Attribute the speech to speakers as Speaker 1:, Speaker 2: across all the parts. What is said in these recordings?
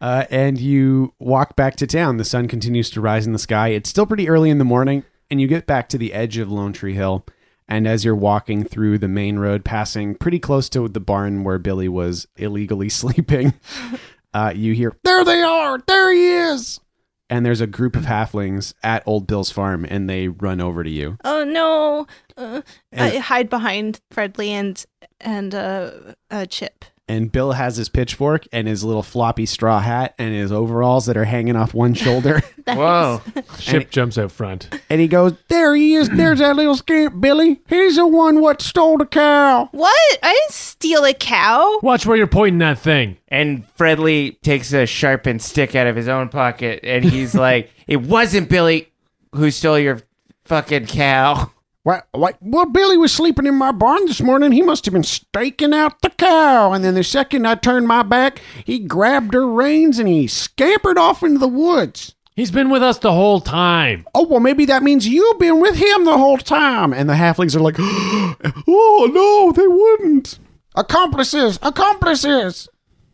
Speaker 1: Uh, and you walk back to town. The sun continues to rise in the sky. It's still pretty early in the morning, and you get back to the edge of Lone Tree Hill. And as you're walking through the main road, passing pretty close to the barn where Billy was illegally sleeping, uh, you hear, There they are! There he is! And there's a group of halflings at Old Bill's farm, and they run over to you.
Speaker 2: Oh no! Uh, I
Speaker 1: And-
Speaker 2: hide behind Fredley and and uh, uh, Chip.
Speaker 1: and Bill has his pitchfork and his little floppy straw hat and his overalls that are hanging off one shoulder.
Speaker 3: Whoa.
Speaker 1: Any-
Speaker 4: Ship jumps out front.
Speaker 1: and he goes, There he is. There's that little scamp, Billy. He's the one what stole the cow.
Speaker 2: What? I didn't steal a cow.
Speaker 4: Watch where you're pointing that thing.
Speaker 3: And Fredley takes a sharpened stick out of his own pocket and he's like, It wasn't Billy who stole your fucking cow.
Speaker 1: What, what, well, Billy was sleeping in my barn this morning. He must have been staking out the cow. And then the second I turned my back, he grabbed her reins and he scampered off into the woods.
Speaker 4: He's been with us the whole time.
Speaker 1: Oh, well, maybe that means you've been with him the whole time. And the halflings are like, Oh, no, they wouldn't. Accomplices, accomplices.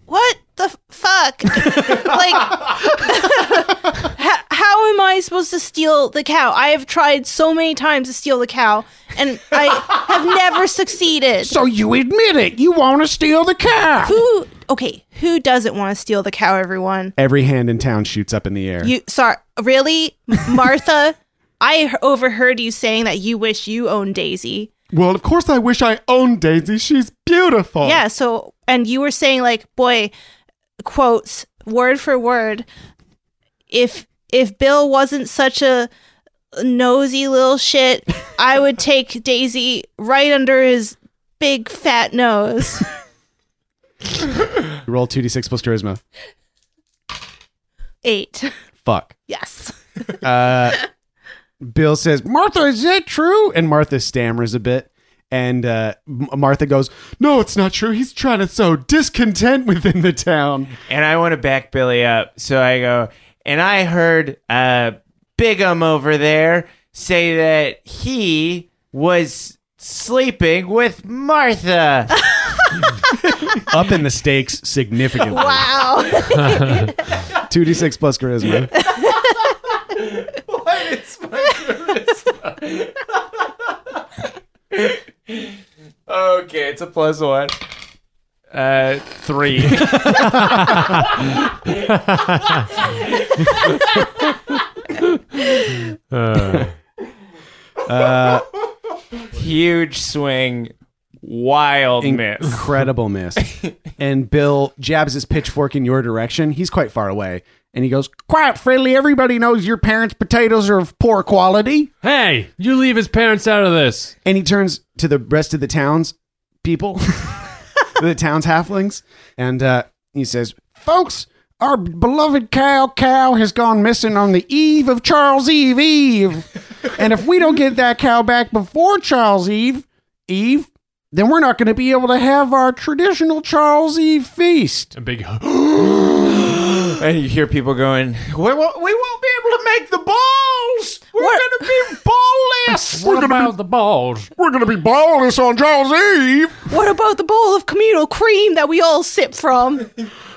Speaker 2: What the f- fuck? like, h- how am I supposed to steal the cow? I have tried so many times to steal the cow, and I have never succeeded.
Speaker 1: So you admit it. You want to steal the cow.
Speaker 2: Who? Okay, who doesn't want to steal the cow? Everyone.
Speaker 1: Every hand in town shoots up in the air.
Speaker 2: You sorry? Really, Martha? I h- overheard you saying that you wish you owned Daisy.
Speaker 1: well, of course I wish I owned Daisy. She's beautiful.
Speaker 2: Yeah. So, and you were saying like, boy, quotes word for word. If if Bill wasn't such a nosy little shit, I would take Daisy right under his big fat nose.
Speaker 1: Roll 2d6 plus charisma.
Speaker 2: Eight.
Speaker 1: Fuck.
Speaker 2: Yes.
Speaker 1: Uh, Bill says, Martha, is that true? And Martha stammers a bit. And uh, M- Martha goes, No, it's not true. He's trying to sow discontent within the town.
Speaker 3: And I want to back Billy up. So I go, And I heard uh, Bigum over there say that he was sleeping with Martha.
Speaker 1: up in the stakes significantly.
Speaker 2: Wow.
Speaker 1: 2d6 plus charisma.
Speaker 3: okay, it's a plus one. Uh, three.
Speaker 4: Uh,
Speaker 3: Huge swing, wild miss.
Speaker 1: Incredible miss. and Bill jabs his pitchfork in your direction. He's quite far away. And he goes, Quiet, Fredley. Everybody knows your parents' potatoes are of poor quality.
Speaker 4: hey, you leave his parents out of this.
Speaker 1: And he turns to the rest of the town's people, the town's halflings, and uh, he says, Folks, our beloved cow, cow, has gone missing on the eve of Charles Eve, Eve. and if we don't get that cow back before Charles Eve, Eve, then we're not going to be able to have our traditional Charles Eve feast.
Speaker 4: A big
Speaker 3: And you hear people going, we won't, we won't be able to make the balls. We're
Speaker 2: What-
Speaker 3: going to be ballless.
Speaker 4: What about the balls?
Speaker 1: We're going to be ballless on Charles Eve.
Speaker 2: what about the bowl of communal cream that we all sip from?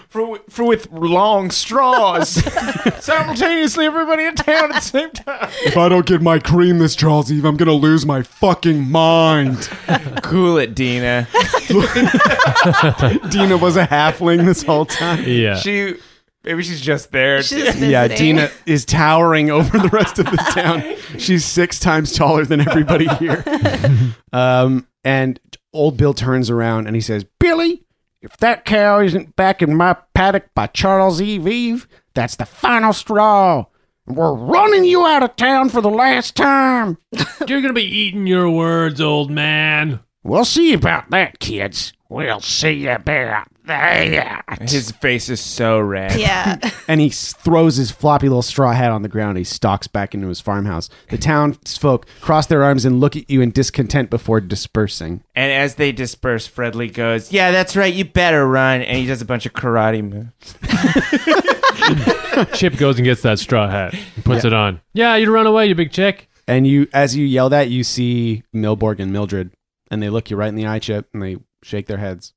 Speaker 3: for, for with long straws. Simultaneously, everybody in town at the same time.
Speaker 1: If I don't get my cream this Charles Eve, I'm going to lose my fucking mind.
Speaker 3: Cool it, Dina.
Speaker 1: Dina was a halfling this whole time.
Speaker 4: Yeah.
Speaker 3: She maybe she's just there.
Speaker 2: She's
Speaker 1: Yeah,
Speaker 2: visiting.
Speaker 1: Dina is towering over the rest of the town. She's six times taller than everybody here. Um, and old Bill turns around and he says, Billy, if that cow isn't back in my paddock by Charles Eve Eve, that's the final straw. We're running you out of town for the last time.
Speaker 4: You're gonna be eating your words, old man.
Speaker 1: We'll see about that, kids. We'll see about that.
Speaker 3: His face is so red.
Speaker 2: Yeah.
Speaker 1: and he s- throws his floppy little straw hat on the ground. And he stalks back into his farmhouse. The townsfolk cross their arms and look at you in discontent before dispersing.
Speaker 3: And as they disperse, Fredley goes, "Yeah, that's right. You better run." And he does a bunch of karate moves.
Speaker 4: Chip goes and gets that straw hat and puts it on. Yeah, you run away, you big chick.
Speaker 1: And you, as you yell that, you see Milborg and Mildred, and they look you right in the eye, Chip, and they shake their heads.